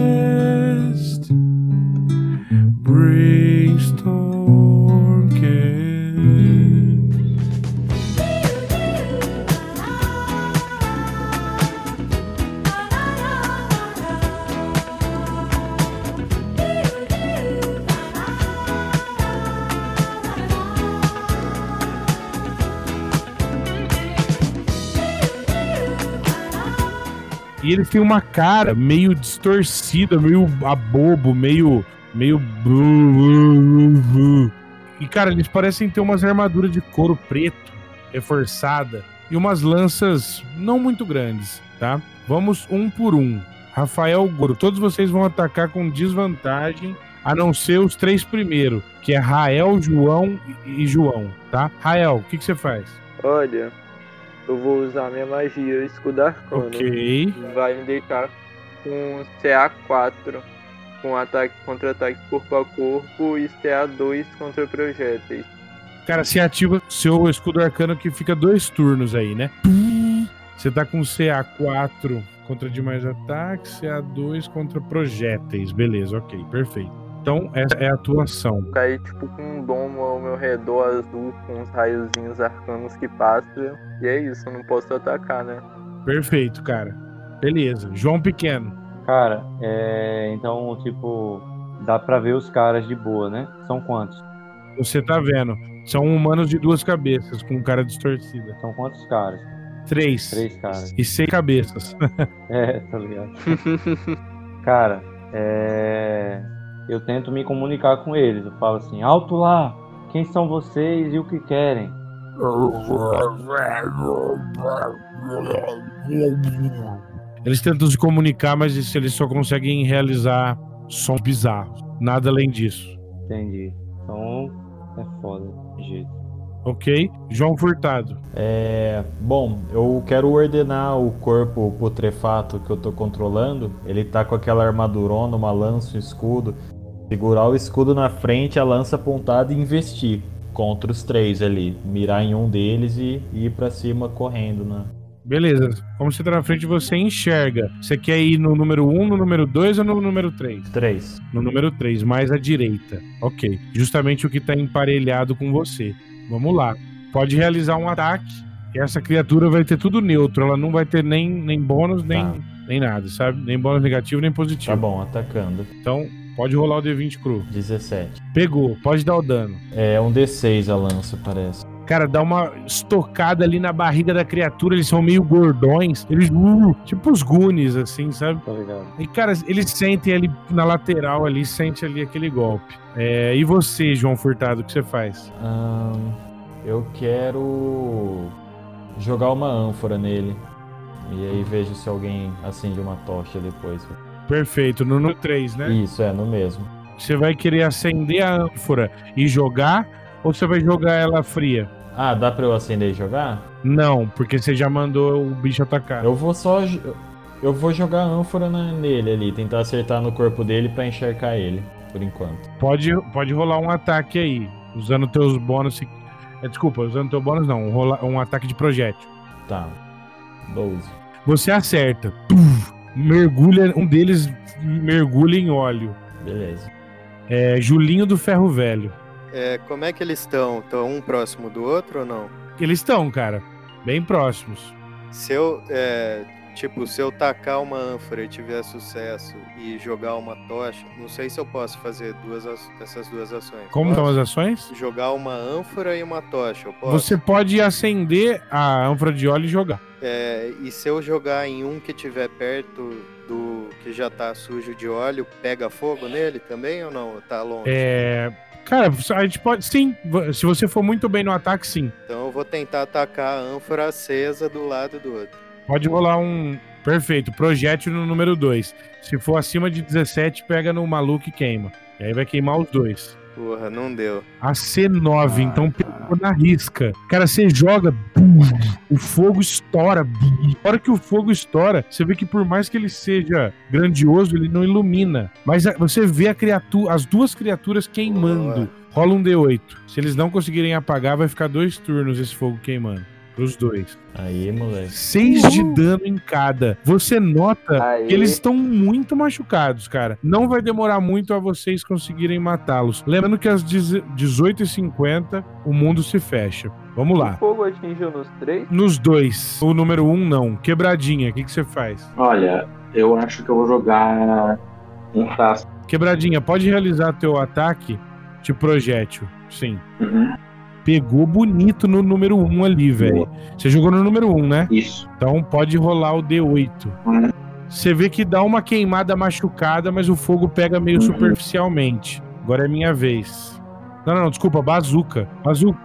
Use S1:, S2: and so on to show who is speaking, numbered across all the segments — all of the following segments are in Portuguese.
S1: Brainstormcast. Brainstormcast.
S2: E ele tem uma cara meio distorcida, meio abobo, meio. meio. blu, blu, blu, blu. E, cara, eles parecem ter umas armaduras de couro preto, reforçada, e umas lanças não muito grandes, tá? Vamos um por um. Rafael Goro, todos vocês vão atacar com desvantagem, a não ser os três primeiros, que é Rael, João e e João, tá? Rael, o que, que você faz?
S3: Olha, eu vou usar minha magia escudo arcano.
S2: Ok.
S3: Vai me deixar com CA4, com ataque contra-ataque corpo a corpo e CA2 contra projéteis.
S2: Cara, se ativa seu escudo arcano que fica dois turnos aí, né? Você tá com CA4 contra demais ataques, CA2 contra projéteis. Beleza, ok, perfeito. Então, essa é a tua ação.
S3: Cai tipo com um domo ao meu redor azul, com uns raiozinhos arcanos que passam. E é isso, eu não posso atacar, né?
S2: Perfeito, cara. Beleza. João Pequeno.
S4: Cara, é, então, tipo, dá pra ver os caras de boa, né? São quantos?
S2: Você tá vendo. São humanos de duas cabeças, com cara distorcida.
S4: São quantos caras?
S2: Três.
S4: Três caras.
S2: E seis cabeças.
S4: É, tá ligado? Cara, é, eu tento me comunicar com eles. Eu falo assim, alto lá, quem são vocês e o que querem?
S2: Eles tentam se comunicar, mas isso, eles só conseguem realizar sons bizarros. Nada além disso.
S4: Entendi. Então, é foda. de Jeito.
S2: Ok? João Furtado.
S5: É, bom, eu quero ordenar o corpo putrefato que eu tô controlando. Ele tá com aquela armadurona, uma lança, um escudo. Segurar o escudo na frente, a lança apontada e investir contra os três ali. Mirar em um deles e, e ir pra cima correndo, né?
S2: Beleza. Como você tá na frente, você enxerga. Você quer ir no número 1, no número 2 ou no número 3?
S5: Três.
S2: No número 3, mais à direita. Ok. Justamente o que tá emparelhado com você. Vamos lá. Pode realizar um ataque. E essa criatura vai ter tudo neutro. Ela não vai ter nem, nem bônus, nem,
S5: Tá.
S2: nem nada, sabe? Nem bônus negativo, nem positivo.
S5: Tá bom, atacando.
S2: Então, pode rolar o D20 cru.
S5: 17.
S2: Pegou, pode dar o dano.
S5: É um D6 a lança, parece.
S2: Cara, dá uma estocada ali na barriga da criatura. Eles são meio gordões. Eles. uh, tipo os Goonies, assim, sabe?
S4: Tá ligado?
S2: E, cara, eles sentem ali na lateral, ali, sente ali aquele golpe. É, e você, João Furtado, o que você faz?
S5: Ahn, eu quero jogar uma ânfora nele. E aí vejo se alguém acende uma tocha depois.
S2: Perfeito, no número 3, né?
S5: Isso, é, no mesmo.
S2: Você vai querer acender a ânfora e jogar? Ou você vai jogar ela fria?
S5: Ah, dá pra eu acender e jogar?
S2: Não, porque você já mandou o bicho atacar.
S5: Eu vou só. jo- Eu vou jogar a ânfora na- nele ali, tentar acertar no corpo dele pra enxergar ele, por enquanto.
S2: Pode, pode rolar um ataque aí, usando teus bônus. é, Desculpa, usando teu bônus não, rola- um ataque de projétil.
S5: Tá. 12.
S2: Você acerta, puf, mergulha, um deles mergulha em óleo.
S5: Beleza.
S2: É Julinho do Ferro Velho.
S6: É, como é que eles estão? Estão um próximo do outro ou não?
S2: Eles estão, cara, bem próximos.
S6: Se eu, é, tipo, se eu tacar uma ânfora e tiver sucesso e jogar uma tocha, não sei se eu posso fazer duas as- essas duas ações.
S2: Como estão as
S6: posso?
S2: ações?
S6: Jogar uma ânfora e uma tocha, eu posso?
S2: Você pode acender a ânfora de óleo e jogar.
S6: É, e se eu jogar em um que tiver perto do que já tá sujo de óleo, pega fogo nele também ou não? Tá longe?
S2: É, cara, a gente pode. Sim, se você for muito bem no ataque, sim.
S6: Então eu vou tentar atacar a ânfora acesa do lado do outro.
S2: Pode rolar um. Perfeito, projétil no número 2. Se for acima de 17, pega no maluco e queima. E aí vai queimar os dois.
S6: Porra, não deu.
S2: A C9,
S5: Ah,
S2: então
S5: cara.
S2: pegou na risca. Cara, você joga, bum, o fogo estoura. bum. Na hora que o fogo estoura, você vê que por mais que ele seja grandioso, ele não ilumina. Mas a- você vê a criatura, as duas criaturas queimando.
S6: Boa.
S2: Rola um D8. Se eles não conseguirem apagar, vai ficar dois turnos esse fogo queimando. Dos dois.
S5: Aí, moleque.
S2: Seis de dano em cada. Você nota
S3: Aí.
S2: que eles estão muito machucados, cara. Não vai demorar muito a vocês conseguirem matá-los. Lembrando que às 18h50 o mundo se fecha. Vamos
S3: O
S2: lá.
S3: fogo atingiu nos três?
S2: Nos dois. O número um, não. Quebradinha, o que que você faz?
S7: Olha, eu acho que eu vou jogar um frasco.
S2: Quebradinha, pode realizar teu ataque de projétil. Sim.
S7: Uhum.
S2: Pegou bonito no número um ali, velho. Você jogou no número um, né?
S7: Isso.
S2: Então pode rolar o D8.
S7: Uhum.
S2: Você vê que dá uma queimada machucada, mas o fogo pega meio
S7: Uhum.
S2: superficialmente. Agora é minha vez. Não, não, não, desculpa, bazuca. Bazuca.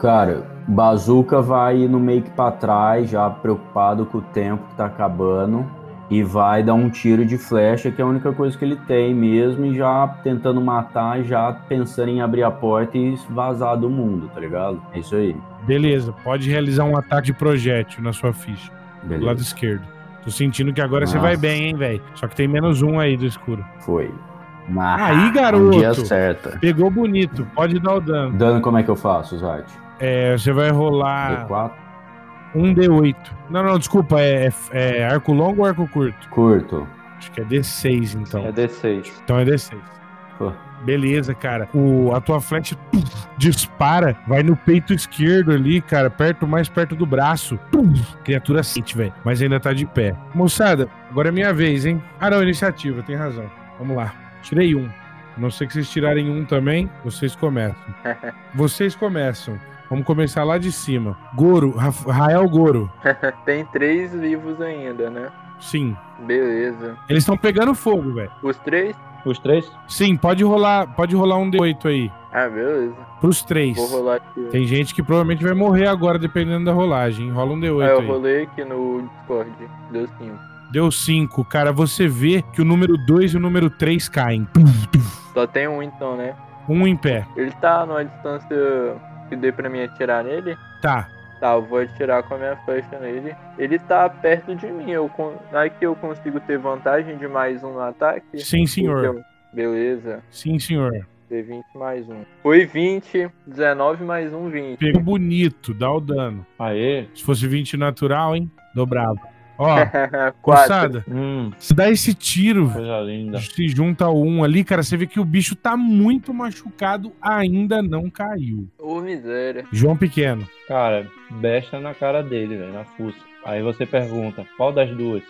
S8: Cara, Bazuca vai no meio que pra trás, já preocupado com o tempo que tá acabando. E vai dar um tiro de flecha, que é a única coisa que ele tem mesmo, e já tentando matar, já pensando em abrir a porta e vazar do mundo, tá ligado? É isso aí.
S2: Beleza, pode realizar um ataque de projétil na sua ficha, do lado
S8: Beleza.
S2: esquerdo. Tô sentindo que agora você
S8: Nossa.
S2: vai bem, hein, velho. Só que tem menos um aí do escuro.
S8: Foi. Mas
S2: Aí,
S8: no Ah, um dia
S2: garoto.
S8: certa.
S2: Pegou bonito, pode dar o dano.
S8: Dano, como é que eu faço, Zayt?
S2: É, você vai rolar
S8: D4?
S2: um D8. Não, não, desculpa, é, é- é arco longo ou arco curto?
S8: Curto.
S2: Acho que é D6, então.
S4: É D6.
S2: Então é D6.
S8: Pô.
S2: Beleza, cara. O, a tua flecha puf, dispara, vai no peito esquerdo ali, cara, perto, mais perto do braço. Puf, criatura sente, velho, mas ainda tá de pé. Moçada, agora é minha vez, hein? Ah, não, iniciativa, tem razão. Vamos lá. Tirei um. A não ser que vocês tirarem um também, vocês começam. vocês começam. Vamos começar lá de cima. Goro, Raf- Rael Goro.
S3: É, Tem três vivos ainda, né?
S2: Sim.
S3: Beleza.
S2: Eles estão pegando fogo, velho.
S3: Os três?
S4: Os três?
S2: Sim, pode rolar, pode rolar um D8 aí.
S3: Ah, beleza.
S2: Pros três.
S3: Vou rolar aqui. um
S2: Tem gente que provavelmente vai morrer agora, dependendo da rolagem. Rola um
S3: Ah, eu
S2: D8 aí.
S3: rolei aqui no Discord. Deu cinco.
S2: Deu 5, cara. Você vê que o número 2 e o número 3 caem.
S3: Só tem um então, né?
S2: Um em pé.
S3: Ele tá numa distância que dê pra mim atirar nele?
S2: Tá.
S3: Tá, eu vou atirar com a minha flecha nele. Ele tá perto de mim. Eu con... Aqui eu consigo ter vantagem de mais um no ataque?
S2: Sim, senhor.
S3: Então, Beleza.
S2: Sim, senhor.
S3: D20 mais um. Foi 20. 19 mais um, 20.
S2: Pegou bonito, dá o dano.
S4: Aê.
S2: Se fosse 20 natural, hein? Dobrava. Ó,
S3: Quatro.
S2: moçada,
S4: Hum,
S2: se dá esse tiro,
S4: coisa linda.
S2: se junta ao um ali, cara, você vê que o bicho tá muito machucado, ainda não caiu.
S3: Ô, miséria.
S2: João Pequeno.
S4: Cara, besta na cara dele, velho, na fuça. Aí você pergunta, qual das duas?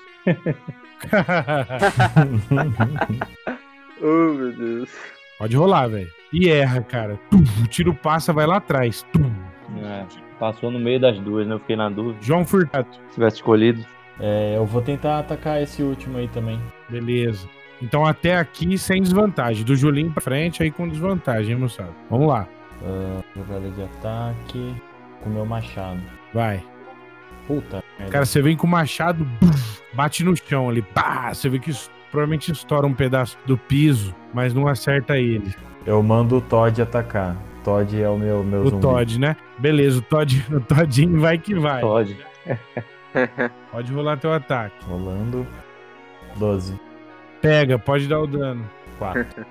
S3: Oh, meu Deus.
S2: Pode rolar, velho. E erra, cara. Tum, o tiro passa, vai lá atrás. Tum.
S4: É, passou no meio das duas, né? Eu fiquei na dúvida.
S2: João Furtado.
S4: Se tivesse escolhido.
S5: É, eu vou tentar atacar esse último aí também.
S2: Beleza. Então até aqui sem desvantagem. Do Julinho pra frente aí com desvantagem, hein, moçada? Vamos lá.
S5: Jogada de ataque com meu machado.
S2: Vai.
S5: Puta. merda.
S2: Cara, você vem com o machado, buf, bate no chão ali. Pá! Você vê que es- provavelmente estoura um pedaço do piso, mas não acerta ele.
S5: Eu mando o Todd atacar. Todd é o meu, meu
S2: o
S5: zumbi.
S2: Todd, né? Beleza, o Todd, o Toddinho vai que vai.
S4: Pode.
S2: Pode rolar teu ataque.
S5: Rolando. 12.
S2: Pega, pode dar o dano.
S5: 4.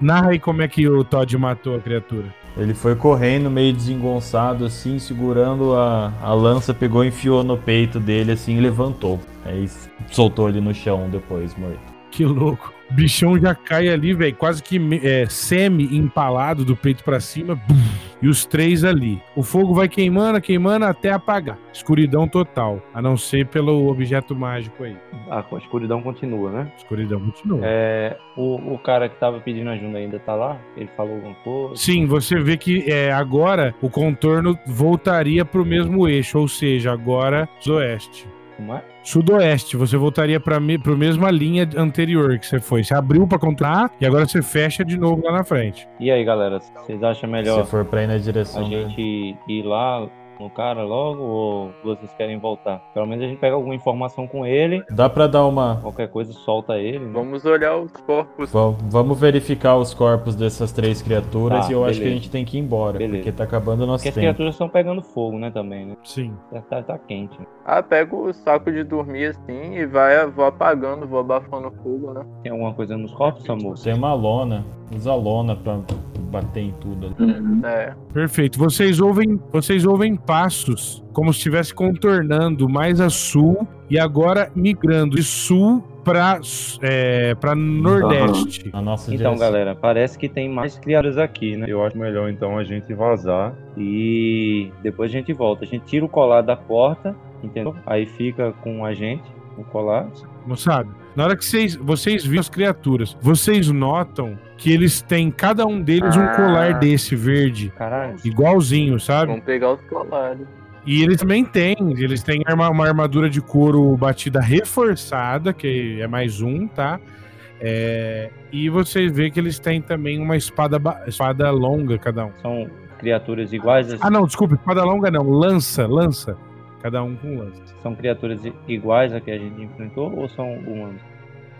S2: Narra aí como é que o Todd matou a criatura.
S5: Ele foi correndo, meio desengonçado, assim, segurando a, a lança, pegou, enfiou no peito dele, assim, e levantou. Aí s- soltou ele no chão depois, morto.
S2: Que louco. O bichão já cai ali, velho, quase que me- é, semi-empalado do peito pra cima. buf, e os três ali. O fogo vai queimando, queimando até apagar. Escuridão total. A não ser pelo objeto mágico aí.
S4: Ah, a escuridão continua, né?
S2: Escuridão continua.
S4: É, o, o cara que tava pedindo ajuda ainda tá lá? Ele falou alguma coisa?
S2: Sim, você vê que é, agora o contorno voltaria pro mesmo eixo, ou seja, agora oeste.
S4: Como é?
S2: Sudoeste, você voltaria para me, pro mesma linha anterior que você foi. Você abriu pra contornar e agora você fecha de novo lá na frente.
S4: E aí, galera? Vocês acham melhor
S5: Se for pra ir na
S4: a
S5: direção dele.
S4: gente ir lá no cara logo ou vocês querem voltar? Pelo menos a gente pega alguma informação com ele.
S5: Dá pra dar uma.
S4: Qualquer coisa, solta ele. né?
S3: Vamos olhar os corpos.
S5: va- Vamos verificar os corpos dessas três criaturas
S4: Tá,
S5: e eu acho que a
S4: beleza.
S5: gente tem que ir embora,
S4: Beleza.
S5: porque tá acabando o nosso
S4: Porque as
S5: tempo.
S4: criaturas estão pegando fogo, né, também, né?
S2: Sim.
S4: Já Tá, tá quente. né?
S3: Ah, pego o saco de dormir assim e vai, vou apagando, vou abafando o fogo, né?
S4: Tem alguma coisa nos corpos, Samu? Então,
S5: Tem uma lona. Usa lona pra bater em tudo.
S4: Hum.
S7: Uhum.
S3: É.
S2: Perfeito. Vocês ouvem, vocês ouvem passos, como se estivesse contornando mais a sul e agora migrando de sul para é, para nordeste.
S5: Na nossa
S4: Então,
S5: direção.
S4: galera, parece que tem mais criadas aqui, né? Eu acho melhor então a gente vazar e depois a gente volta. A gente tira o colar da porta, entendeu? Aí fica com a gente o colar.
S2: Moçada, na hora que vocês, vocês viram as criaturas, vocês notam que eles têm, cada um deles, um
S3: Ah.
S2: colar desse verde,
S4: Caralho.
S2: igualzinho, sabe?
S3: Vamos pegar os colares.
S2: E eles também têm, eles têm arma- uma armadura de couro batida reforçada, que é mais um, tá? É, e você vê que eles têm também uma espada, ba- espada longa, cada um.
S4: São criaturas iguais, às-
S2: Ah, não, desculpa, espada longa não, lança, lança. Cada um com lança.
S4: são criaturas i- iguais a que a gente enfrentou ou são humanos?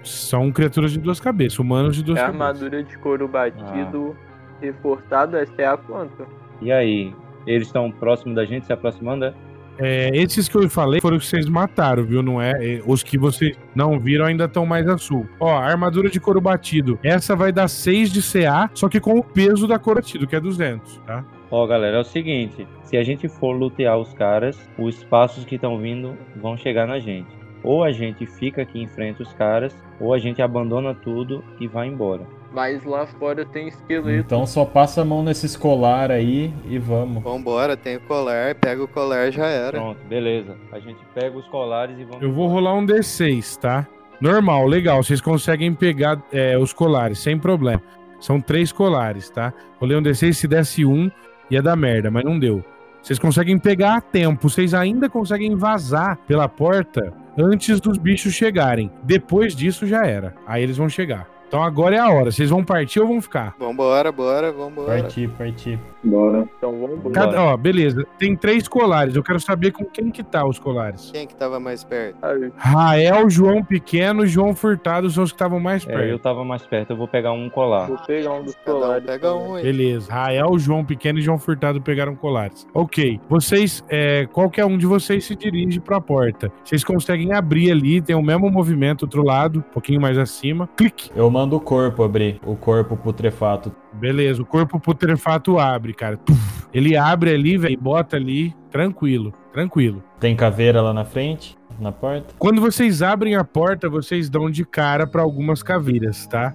S2: São criaturas de duas cabeças, humanos de duas
S3: É a
S2: cabeças.
S3: armadura de couro batido, reforçado, essa é a quanto?
S4: E aí, eles estão próximos da gente, se aproximando? é?
S2: É, esses que eu falei foram os que vocês mataram, viu? Não é? é, Os que vocês não viram ainda estão mais a sul. Ó, a armadura de couro batido. Essa vai dar 6 de CA, só que com o peso da couro batido, que é 200, tá?
S4: Ó, galera, é o seguinte: se a gente for lutear os caras, os passos que estão vindo vão chegar na gente. Ou a gente fica aqui em frente os caras, ou a gente abandona tudo e vai embora.
S3: Mas lá fora tem esqueleto.
S5: Então só passa a mão nesses colar aí e vamos.
S6: Vambora, tem o colar, pega o colar, já era.
S4: Pronto, beleza. A gente pega os colares e vamos.
S2: Eu vou rolar um D6, tá? Normal, legal. Vocês conseguem pegar é, os colares, sem problema. São três colares, tá? Rolei um D6, se desse um, ia dar merda, mas não deu. Vocês conseguem pegar a tempo. Vocês ainda conseguem vazar pela porta antes dos bichos chegarem. Depois disso já era. Aí eles vão chegar. Então agora é a hora. Vocês vão partir ou vão ficar?
S6: Vambora, bora, vambora.
S5: Partir, partir.
S7: Bora.
S3: Então vamos embora.
S2: Cada- ó, beleza. Tem três colares. Eu quero saber com quem que tá os colares.
S6: Quem que tava mais perto?
S2: Rael, João Pequeno e João Furtado são os que estavam mais perto.
S4: É, eu tava mais perto, eu vou pegar um colar.
S3: Vou pegar um dos
S6: Cada um
S3: colares.
S6: pega
S3: também.
S6: um aí.
S2: Beleza. Rael, João Pequeno e João Furtado pegaram colares. Ok. Vocês, é, qualquer um de vocês se dirige pra porta. Vocês conseguem abrir ali, tem o mesmo movimento, outro lado, um pouquinho mais acima. Clique.
S5: Eu mando o corpo abrir, o corpo putrefato.
S2: Beleza. O corpo putrefato abre, cara. Tuf. Ele abre ali, velho, e bota ali. Tranquilo, tranquilo.
S5: Tem caveira lá na frente, na porta?
S2: Quando vocês abrem a porta, vocês dão de cara pra algumas caveiras, tá?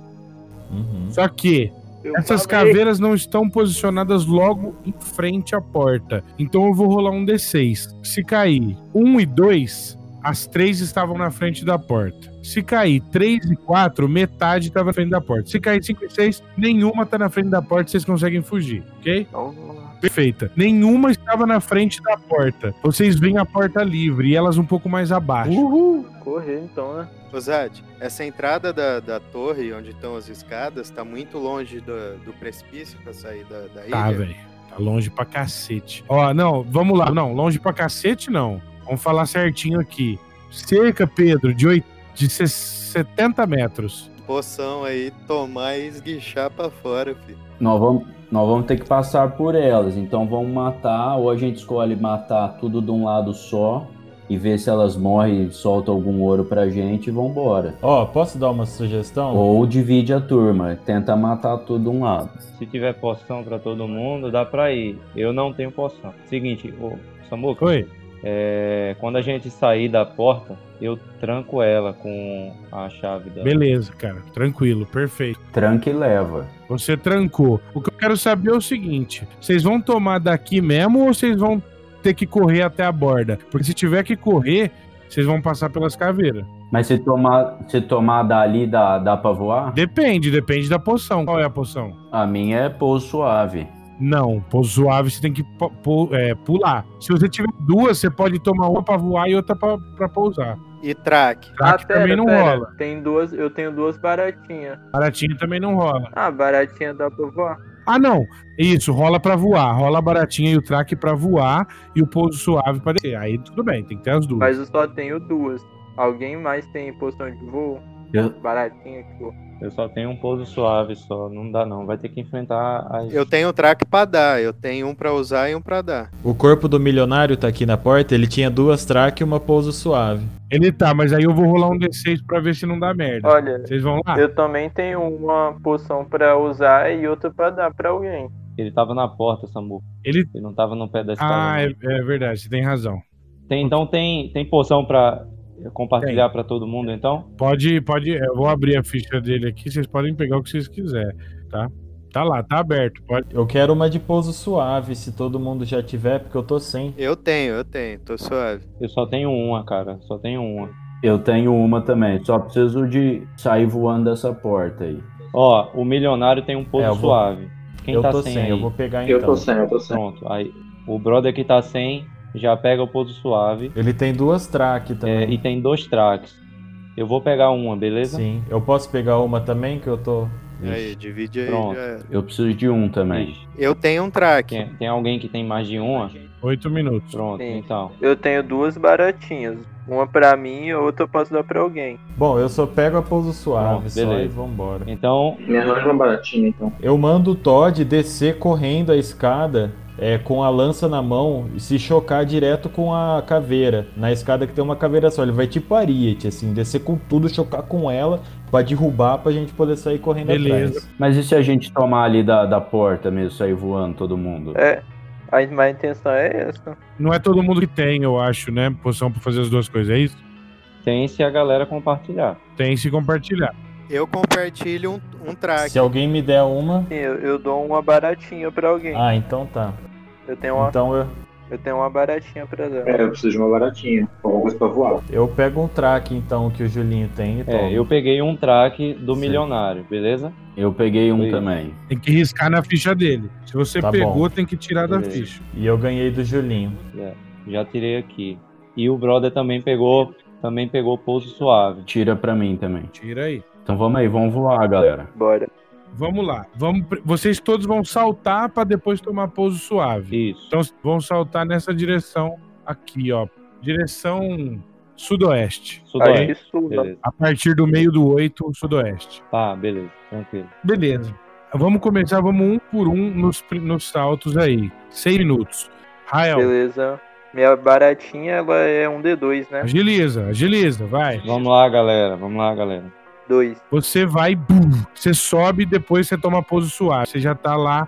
S5: Uhum.
S2: Só que
S3: Eu
S2: Essas
S3: falei.
S2: caveiras não estão posicionadas logo em frente à porta. Então eu vou rolar um D6. Se cair 1 e 2, as três estavam na frente da porta. Se cair 3 e 4, metade estava na frente da porta. Se cair 5 e 6, nenhuma tá na frente da porta, vocês conseguem fugir, ok?
S3: Então vamos lá.
S2: Perfeita. Nenhuma estava na frente da porta. Vocês veem a porta livre e elas um pouco mais abaixo.
S3: Uhul! Correr então, né?
S6: Ô Zad, essa entrada da, da torre, onde estão as escadas, tá muito longe do, do precipício pra sair da, da
S2: Tá,
S6: ilha.
S2: velho. Tá longe pra cacete. Ó, não, vamos lá. Não, longe pra cacete não. Vamos falar certinho aqui. Cerca, Pedro, de, oit- de se- 70 metros.
S6: Poção aí, tomar e esguichar pra fora, filho.
S8: Nós vamos, nós vamos ter que passar por elas, então vamos matar, ou a gente escolhe matar tudo de um lado só e ver se elas morrem, soltam algum ouro pra gente e vambora.
S5: Ó, posso dar uma sugestão?
S8: Ou divide a turma, tenta matar tudo de um lado.
S4: Se tiver poção pra todo mundo, dá pra ir. Eu não tenho poção. Seguinte, ô, Samuca.
S2: Oi?
S4: É, quando a gente sair da porta, eu tranco ela com a chave da.
S2: Beleza, cara. Tranquilo, perfeito.
S8: Tranca e leva.
S2: Você trancou. O que eu quero saber é o seguinte: vocês vão tomar daqui mesmo ou vocês vão ter que correr até a borda? Porque se tiver que correr, vocês vão passar pelas caveiras.
S8: Mas se tomar, se tomar dali, dá, dá pra voar?
S2: Depende, depende da poção. Qual é a poção?
S8: A minha é pouso suave.
S2: Não, pouso suave você tem que po- po- é, pular. Se você tiver duas, você pode tomar uma pra voar e outra pra, pra pousar.
S6: E traque.
S2: Track também não rola.
S3: Ah, Tem duas, eu tenho duas baratinhas.
S2: Baratinha também não rola.
S3: Ah, baratinha dá pra voar?
S2: Ah, não. Isso, rola pra voar. Rola a baratinha e o track pra voar e o pouso suave pra descer. Aí tudo bem, tem que ter as duas.
S3: Mas eu só tenho duas. Alguém mais tem poção de voo?
S8: Eu-
S3: Baratinha que voa.
S4: Eu só tenho um pouso suave só, não dá não. Vai ter que enfrentar as.
S6: Eu tenho um track pra dar, eu tenho um pra usar e um pra dar.
S5: O corpo do milionário tá aqui na porta, ele tinha duas traques e uma pouso suave.
S2: Ele tá, mas aí eu vou rolar um D6 pra ver se não dá merda.
S3: Olha,
S2: Vocês vão Ah. lá?
S3: eu também tenho uma poção pra usar e outra pra dar pra alguém.
S4: Ele tava na porta, Samu.
S2: Ele.
S4: Ele não tava no pé da escada.
S2: Ah,
S4: não.
S2: é, é verdade, você tem razão.
S4: Tem, então tem, tem poção pra compartilhar pra todo mundo, então?
S2: Pode, pode. é, Eu vou abrir a ficha dele aqui, vocês podem pegar o que vocês quiserem, tá? Tá lá, tá aberto. Pode.
S5: Eu quero uma de pouso suave, se todo mundo já tiver, porque eu tô sem.
S6: Eu tenho, eu tenho, tô suave.
S4: Eu só tenho uma, cara. Só tenho uma.
S8: Eu tenho uma também, só preciso de sair voando dessa porta aí.
S4: Ó, o milionário tem um pouso
S5: É, eu vou-
S4: suave. Quem
S5: eu
S4: tá
S5: tô
S4: sem,
S5: sem,
S4: aí?
S5: eu vou pegar então.
S7: Eu tô sem, eu tô sem.
S4: Pronto. Aí, o brother que tá sem já pega o pouso suave.
S5: Ele tem duas traques
S4: é,
S5: também.
S4: e tem dois tracks. Eu vou pegar uma, beleza?
S5: Sim. Eu posso pegar uma também que eu tô.
S6: Aí, divide aí.
S4: Pronto.
S6: já era.
S8: Eu preciso de um também.
S6: Eu tenho um track.
S4: Tem, tem alguém que tem mais de uma?
S2: Oito minutos.
S4: Pronto,
S3: Sim.
S4: então.
S3: Eu tenho duas baratinhas. Uma pra mim e outra eu posso dar pra alguém.
S5: Bom, eu só pego a pouso suave
S4: Pronto,
S5: só
S4: beleza.
S5: e vambora.
S4: Então,
S7: Me arranja uma baratinha, então.
S5: Eu mando o Todd descer correndo a escada é, com a lança na mão e se chocar direto com a caveira. Na escada que tem uma caveira só. Ele vai tipo ariete, assim, descer com tudo, chocar com ela pra derrubar pra gente poder sair correndo
S2: Beleza.
S5: atrás.
S8: Mas e se a gente tomar ali da, da porta mesmo, sair voando todo mundo?
S3: É. A, a intenção é essa.
S2: Não é todo mundo que tem, eu acho, né? Poção pra fazer as duas coisas, é isso?
S4: tem se a galera compartilhar.
S2: Tem se compartilhar.
S6: Eu compartilho um, um track.
S5: Se alguém me der uma.
S3: Sim, eu, eu dou uma baratinha pra alguém.
S5: Ah, então tá.
S3: Eu tenho uma,
S5: Então eu,
S3: eu tenho uma baratinha pra dar.
S7: É, eu preciso de uma baratinha. Alguma coisa pra voar.
S5: eu pego um track então que o Julinho tem e tomo.
S4: É, eu peguei um track do
S5: Sim.
S4: milionário, beleza?
S8: Eu peguei um
S4: Oi.
S8: também.
S2: Tem que riscar na ficha dele. Se você
S5: Tá
S2: pegou,
S5: bom.
S2: tem que tirar da
S4: Beleza.
S2: ficha.
S5: E eu ganhei do Julinho.
S4: Já tirei aqui. E o brother também pegou, também pegou pouso suave.
S8: Tira pra mim também.
S2: Tira aí.
S8: Então vamos aí, vamos voar, galera.
S3: Bora.
S2: Vamos lá. Vamos, pre- vocês todos vão saltar pra depois tomar pouso suave.
S4: Isso.
S2: Então vão saltar nessa direção aqui, ó. Direção sudoeste.
S3: Acho
S4: Sudoeste.
S3: que suba.
S4: Beleza.
S2: A partir do meio do 8, sudoeste.
S4: Tá, beleza. Tranquilo.
S2: Beleza. Vamos começar, vamos um por um nos, pri- nos saltos aí. Seis minutos. Rael,
S3: Beleza. Minha baratinha, ela é um D2, né?
S2: agiliza, agiliza, vai.
S4: Vamos lá, galera. Vamos lá, galera.
S3: Dois.
S2: Você vai, bum, você sobe, depois você toma pouso suave. Você já tá lá.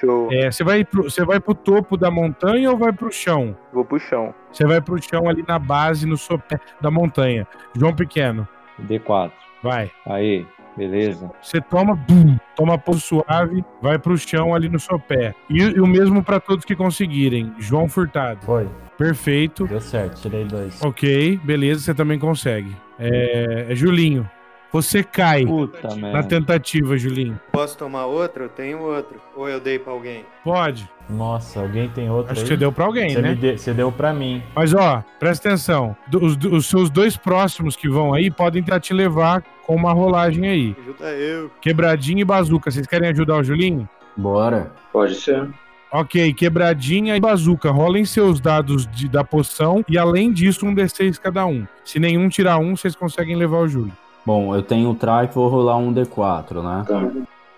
S3: Show.
S2: É, você, vai pro, você vai pro topo da montanha ou vai pro chão?
S3: Vou pro chão.
S2: Você vai pro chão ali na base, no sopé da montanha. João Pequeno,
S4: D4.
S2: vai.
S4: Aí, beleza.
S2: Você toma, bum, toma pouso suave, vai pro chão ali no sopé. E, e o mesmo pra todos que conseguirem. João Furtado,
S5: Foi,
S2: perfeito.
S5: deu certo, tirei dois.
S2: Ok, beleza, você também consegue. É, é Julinho, você cai
S4: Puta
S2: na
S4: merda.
S2: tentativa, Julinho.
S6: Posso tomar outro? Eu tenho outro. Ou eu dei pra alguém?
S2: Pode.
S5: Nossa, alguém tem outro
S2: Acho que
S5: aí?
S2: você deu pra alguém,
S5: Você
S2: né?
S5: me de- você deu pra mim.
S2: Mas ó, presta atenção. Do- Os, os seus dois próximos que vão aí podem tentar te levar com uma rolagem aí.
S6: Ajuda eu.
S2: Quebradinha e bazuca. Vocês querem ajudar o Julinho?
S8: Bora.
S7: Pode ser.
S2: Ok, quebradinha e bazuca. Rolem seus dados de- da poção e além disso, um D6 cada um. Se nenhum tirar um, vocês conseguem levar o Júlio.
S8: Bom, eu tenho o track, vou rolar um D4, né?
S7: Tá.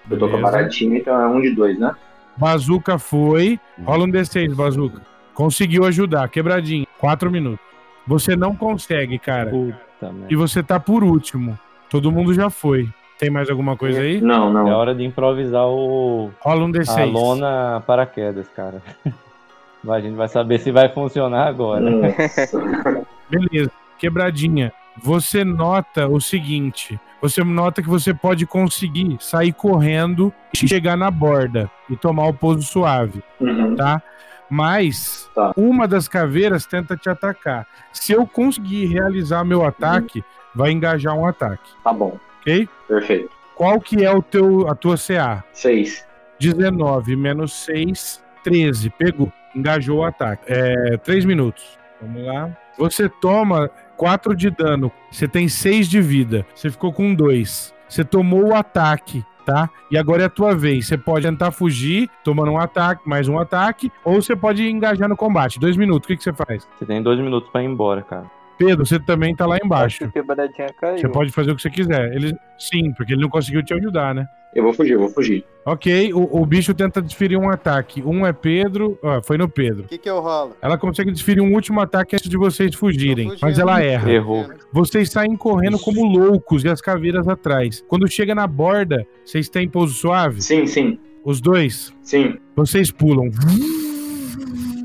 S7: Eu tô com a
S2: Beleza.
S7: baratinha, então é um de dois, né?
S2: Bazuca foi.
S5: Uhum.
S2: Rola um D6, Bazuca. Conseguiu ajudar. Quebradinho. Quatro minutos. Você não consegue, cara.
S4: Puta
S2: E
S4: merda.
S2: você tá por último. Todo mundo já foi. Tem mais alguma coisa aí?
S7: Não,
S4: É
S7: não.
S4: hora de improvisar o
S2: Rola um
S4: a
S2: D6.
S4: lona paraquedas, cara. Vai, a gente vai saber se vai funcionar agora.
S7: Né? Nossa.
S2: Beleza. Quebradinha. Você nota o seguinte. Você nota que você pode conseguir sair correndo e chegar na borda e tomar o pouso suave.
S7: Uhum.
S2: tá? Mas
S7: Tá.
S2: uma das caveiras tenta te atacar. Se eu conseguir realizar meu ataque, vai engajar um ataque,
S7: Tá bom.
S2: ok?
S7: Perfeito.
S2: Qual que é o teu, a tua CA?
S7: Seis.
S2: 19 menos 6, 13. Pegou. Engajou o ataque. É, 3 minutos. Vamos lá. Você toma 4 de dano. Você tem 6 de vida. Você ficou com 2. Você tomou o ataque, tá? E agora é a tua vez. Você pode tentar fugir, tomando um ataque, mais um ataque, ou você pode engajar no combate. 2 minutos. O que, que você faz?
S4: Você tem dois minutos pra ir embora, cara.
S2: Pedro, você também tá lá embaixo.
S3: Porque a bradinha caiu.
S2: Você pode fazer o que você quiser. Ele... Sim, porque ele não conseguiu te ajudar, né?
S7: Eu vou fugir, eu vou fugir.
S2: Ok, o, o bicho tenta desferir um ataque. Um é Pedro. Ah, foi no Pedro.
S6: O que, que eu rolo?
S2: Ela consegue desferir um último ataque antes de vocês fugirem,
S6: Tô fugindo.
S2: mas ela
S6: É.
S2: erra.
S9: Errou.
S2: Vocês saem correndo como loucos e as caveiras atrás. Quando chega na borda, vocês têm pouso suave?
S7: Sim, sim,
S2: Os dois,
S7: sim.
S2: vocês pulam.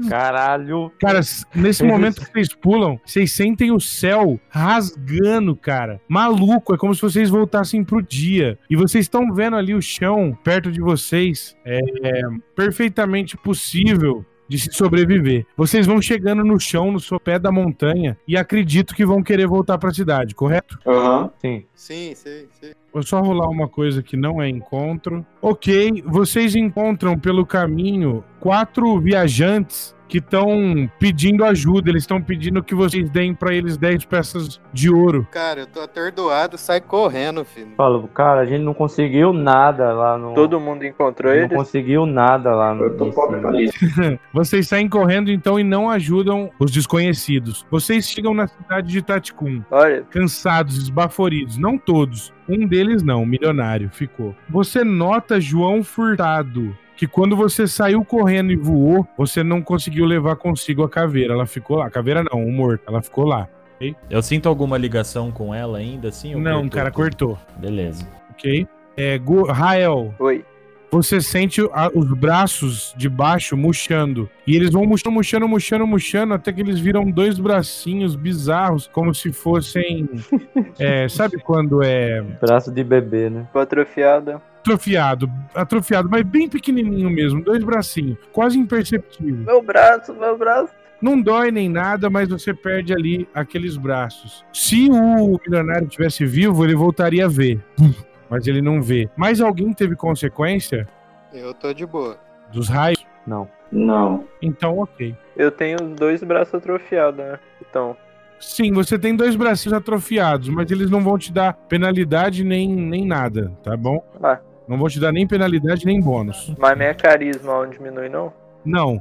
S9: Caralho.
S2: Cara, s- nesse momento que vocês pulam, vocês sentem o céu rasgando, cara. Maluco, é como se vocês voltassem pro dia. E vocês estão vendo ali o chão perto de vocês. É, é, perfeitamente possível de se sobreviver. Vocês vão chegando no chão, no sopé da montanha, e acredito que vão querer voltar pra cidade, correto?
S7: Aham.
S9: Sim.
S6: Sim, sim, sim.
S2: Vou só rolar uma coisa que não é encontro. Ok, vocês encontram pelo caminho quatro viajantes que estão pedindo ajuda. Eles estão pedindo que vocês deem pra eles 10 peças de ouro.
S6: Cara, eu tô atordoado, sai correndo, filho.
S4: Falo, cara, a gente não conseguiu nada lá no.
S3: Todo mundo encontrou
S4: não
S3: eles?
S4: conseguiu nada lá no.
S7: Eu tô
S4: em
S7: pobre
S4: cima.
S7: pra isso.
S2: Vocês saem correndo então e não ajudam os desconhecidos. Vocês chegam na cidade de Taticum.
S3: Olha,
S2: cansados, esbaforidos. Não todos. Um deles não, o milionário, ficou. Você nota João Furtado. Que quando você saiu correndo e voou, você não conseguiu levar consigo a caveira. Ela ficou lá. Caveira não, o morto. Ela ficou lá.
S5: Eu sinto alguma ligação com ela ainda, assim? ou
S2: não,
S5: cortou
S2: cara,
S5: tudo?
S2: cortou.
S5: Beleza.
S2: Ok? É, Go- Rael,
S3: oi.
S2: você sente a- os braços de baixo murchando. E eles vão murchando, murchando, murchando, murchando, até que eles viram dois bracinhos bizarros, como se fossem. é, sabe quando é.
S4: Braço de bebê, né?
S3: Tô atrofiada.
S2: atrofiado, atrofiado, mas bem pequenininho mesmo, dois bracinhos, quase imperceptível.
S3: Meu braço, meu braço.
S2: Não dói nem nada, mas você perde ali aqueles braços. Se o milionário tivesse vivo, ele voltaria a ver, mas ele não vê. Mas alguém teve consequência
S6: Eu tô de boa.
S2: dos raios?
S4: Não.
S7: Não.
S2: Então, ok.
S3: Eu tenho os dois braços atrofiados, né? Então,
S2: Sim, você tem dois bracinhos atrofiados, mas eles não vão te dar penalidade nem, nem nada, tá bom?
S3: Ah.
S2: Não vão te dar nem penalidade nem bônus.
S3: mas minha carisma não diminui, não? Ah,
S2: Não.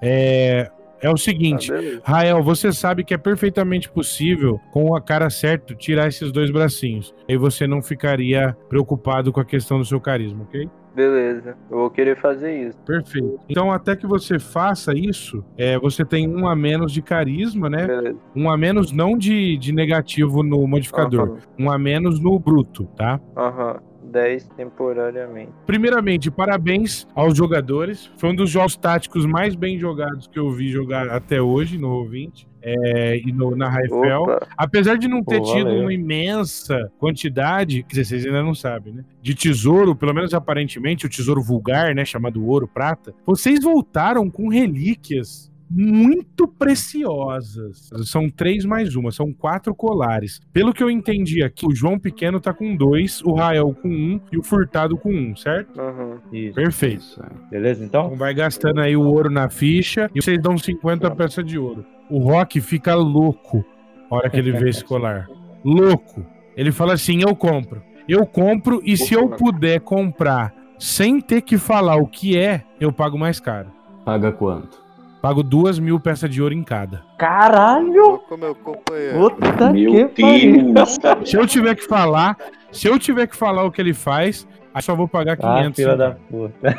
S2: É, é o
S3: Tá,
S2: seguinte,
S3: beleza.
S2: Rael, você sabe que é perfeitamente possível, com a cara certa, tirar esses dois bracinhos. Aí você não ficaria preocupado com a questão do seu carisma, ok?
S3: Beleza. Eu vou querer fazer isso.
S2: Perfeito. Então, até que você faça isso, é, você tem um a menos de carisma, né?
S3: Beleza.
S2: Um a menos não de, de negativo no modificador,
S3: Aham.
S2: um a menos no bruto, tá?
S3: Aham. 10 temporariamente.
S2: Primeiramente, parabéns aos jogadores. Foi um dos jogos táticos mais bem jogados que eu vi jogar até hoje no Roll20 é, e no, na Raifel.
S3: Opa.
S2: Apesar de não ter
S4: Pô,
S2: tido
S4: valeu.
S2: uma imensa quantidade, quer dizer, vocês ainda não sabem, né? De tesouro, pelo menos aparentemente, o tesouro vulgar, né? Chamado ouro, prata. Vocês voltaram com relíquias muito preciosas. São três mais uma, são quatro colares. Pelo que eu entendi aqui, o João Pequeno tá com dois, o Rael com um e o Furtado com um, certo?
S3: Aham.
S4: Isso.
S2: Perfeito.
S8: Isso aí.
S4: Beleza, então?
S2: Então vai gastando aí o ouro na ficha e vocês dão 50 peças de ouro. O Rock fica louco na hora que ele vê esse colar. Louco. Ele fala assim: eu compro. Eu compro e se eu puder comprar sem ter que falar o que é, eu pago mais caro.
S8: Paga quanto?
S2: Pago duas mil peças de ouro em cada.
S4: Caralho!
S6: Louco, meu companheiro.
S4: Puta Tá
S7: Meu
S4: que pariu!
S7: Deus.
S2: Se eu tiver que falar, se eu tiver que falar o que ele faz, aí só vou pagar
S4: Ah,
S2: 500.
S4: fila da puta.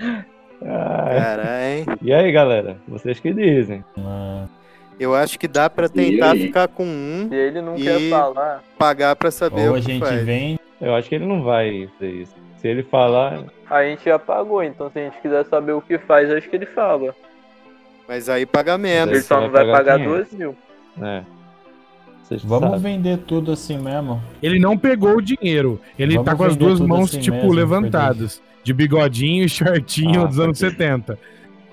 S4: Ah,
S6: Caralho, hein?
S4: e aí, galera? Vocês que dizem.
S6: Eu acho que dá pra tentar
S7: E aí?
S6: ficar com um,
S3: Se ele não
S6: E-
S3: quer falar,
S6: pagar pra saber
S5: Ou
S6: o
S5: a
S6: que
S5: gente
S6: faz.
S5: vem.
S4: Eu acho que ele não vai fazer isso. Se ele falar,
S3: a gente já pagou. Então, se a gente quiser saber o que faz, acho que ele fala.
S6: Mas aí paga menos.
S3: Ele tá-
S4: Você
S3: só
S4: vai
S3: não vai
S4: pagar
S3: pagar
S4: 500.
S3: 2 mil.
S4: né? Vocês
S5: Vamos
S4: sabem.
S5: vender tudo assim mesmo.
S2: Ele não pegou o dinheiro. Ele
S5: Vamos
S2: tá com as
S5: vender
S2: duas
S5: tudo
S2: mãos,
S5: assim
S2: tipo,
S5: mesmo,
S2: levantadas. De bigodinho e shortinho
S4: Ah,
S2: dos anos
S4: saquei.
S2: 70.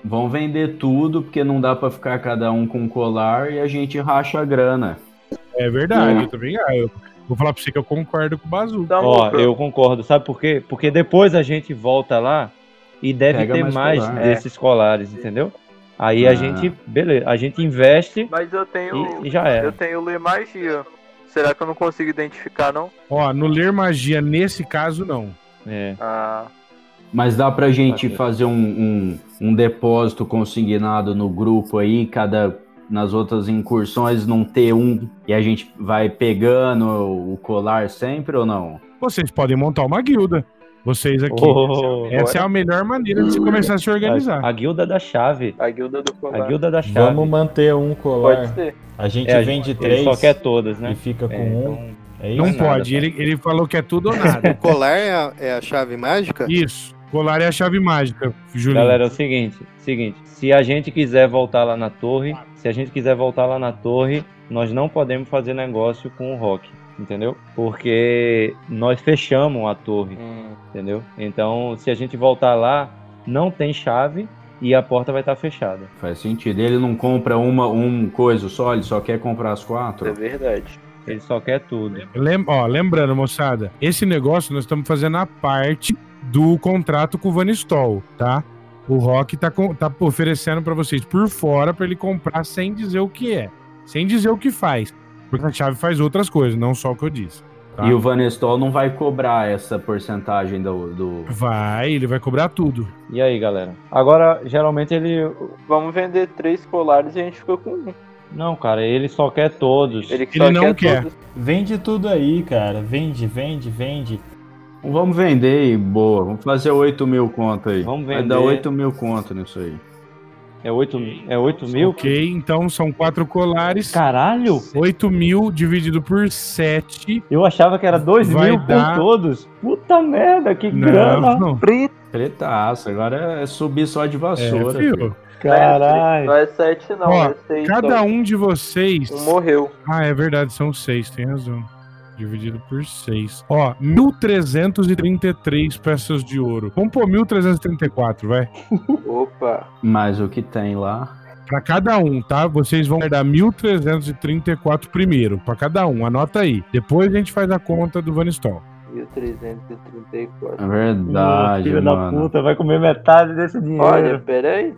S8: Vão vender tudo, porque não dá pra ficar cada um com um colar e a gente racha a grana.
S2: É verdade,
S7: É.
S2: eu também. ah, eu vou falar pra você que eu concordo com o Bazu.
S3: Dá um
S4: Ó,
S3: lucro.
S4: eu concordo. Sabe por quê? Porque depois a gente volta lá e deve
S8: Pega
S4: ter
S8: mais
S4: mais
S8: colar.
S4: desses colares, entendeu? Aí
S8: Ah.
S4: a gente, beleza, a gente investe
S3: Mas eu tenho.
S4: e, e já
S3: Eu
S4: era.
S3: tenho ler magia. Será que eu não consigo identificar, não?
S2: Ó, no ler magia, nesse caso, não.
S4: É.
S3: Ah,
S8: Mas dá pra gente
S4: Bacana.
S8: fazer um, um, um depósito consignado no grupo aí, cada nas outras incursões não ter um e a gente vai pegando o colar sempre ou não?
S2: Vocês podem montar uma guilda. Vocês aqui.
S4: Oh,
S2: Essa é a melhor maneira de se começar a se organizar.
S4: a, a guilda da chave.
S3: A guilda do
S4: A
S3: colar.
S4: guilda da chave.
S5: Vamos manter um colar.
S3: Pode ser.
S5: A gente
S4: É, a
S5: vende
S4: gente-
S5: três
S4: Ele só quer todas, né?
S5: e fica com
S4: É,
S5: um.
S4: então,
S5: É
S2: Não
S4: Mas
S5: isso?
S4: nada,
S2: pode. Ele, ele falou que é tudo ou nada.
S6: Colar é a, é a chave mágica?
S2: Isso. Colar é a chave mágica, Julinho.
S4: Galera, é o seguinte, seguinte, se a gente quiser voltar lá na torre, se a gente quiser voltar lá na torre, nós não podemos fazer negócio com o Rock, entendeu? Porque nós fechamos a torre,
S3: Hum,
S4: entendeu? Então, se a gente voltar lá, não tem chave e a porta vai estar fechada.
S8: Faz sentido. Ele não compra uma um coisa só, ele só quer comprar as
S3: é
S8: quatro.
S3: verdade.
S4: Ele só quer tudo.
S2: Lem- ó, lembrando, moçada, esse negócio nós estamos fazendo a parte do contrato com o Vanistol, tá? O Rock tá, com- tá oferecendo pra vocês por fora pra ele comprar sem dizer o que é, sem dizer o que faz. Porque a chave faz outras coisas, não só o que eu disse. Tá?
S8: E o Vanestol não vai cobrar essa porcentagem do. do...
S2: Vai, ele vai cobrar tudo.
S4: E aí, galera? Agora, geralmente ele
S3: Vamos vender três colares e a gente fica com um.
S4: não, cara, ele só quer todos.
S3: Ele,
S2: Ele não quer.
S3: todos.
S5: Vende tudo aí, cara. Vende, vende, vende.
S8: Vamos vender e boa. Vamos fazer 8 mil conto aí.
S4: Vamos
S8: Vai dar
S4: vender.
S8: 8 mil conto nisso aí.
S4: É 8, é oito mil?
S2: Ok, então são quatro colares.
S4: Caralho,
S2: 8 mil dividido por 7.
S4: eu achava que era 2
S2: Vai
S4: mil com
S2: dar-
S4: todos. Puta merda, que grana.
S2: Não, não.
S8: Pretaça, agora é subir só de
S2: É,
S8: vassoura.
S2: filho.
S3: né?
S4: Caralho.
S3: Não é sete, não.
S2: Ó,
S3: é seis.
S2: Cada
S3: só.
S2: um de vocês.
S3: Um morreu.
S2: Ah, é verdade, são seis, tem razão. Dividido por seis. Ó, 1.333 peças de ouro. Vamos pôr 1.334, vai.
S3: Opa.
S8: Mas o que tem lá?
S2: Pra cada um, tá? Vocês vão guardar 1.334 primeiro, pra cada um. Anota aí. Depois a gente faz a conta do Vanistol.
S3: 1334.
S8: É verdade,
S4: filho da
S8: mano.
S4: puta, vai comer metade desse dinheiro.
S3: Olha, pera aí.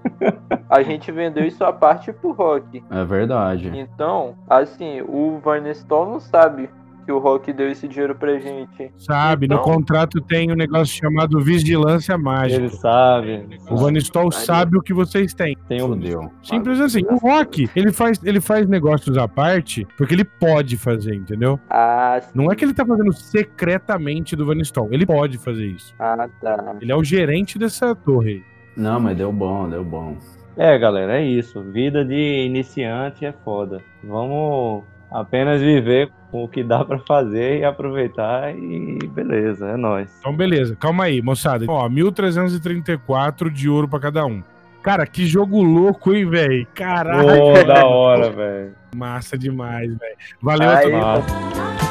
S3: A gente vendeu isso a parte pro Rock.
S8: É verdade.
S3: Então, assim, o Vanestol não sabe que o Rock deu esse dinheiro pra gente.
S2: Sabe, no
S3: Então?
S2: contrato tem um negócio chamado vigilância mágica.
S4: ele sabe. ele
S2: O
S4: sabe.
S2: Vanistol sabe o que vocês têm.
S4: Tem um...
S8: Fudeu.
S2: Simples assim. O Rock, ele faz, ele faz negócios à parte porque ele pode fazer, entendeu?
S3: Ah, sim.
S2: Não é que ele tá fazendo secretamente do Vanistol. Ele pode fazer isso.
S3: Ah, tá.
S2: Ele é o gerente dessa torre.
S8: Não, mas deu bom, deu bom.
S4: É, galera, é isso. Vida de iniciante é foda. Vamos apenas viver com o que dá pra fazer e aproveitar e beleza, é nóis.
S2: Então, beleza. Calma aí, moçada. Ó, 1.334 de ouro pra cada um. Cara, que jogo louco, hein, velho? Caralho.
S4: Ô, da hora, velho.
S2: Massa demais, velho. Valeu,
S3: Aí,
S2: turma.
S4: Massa.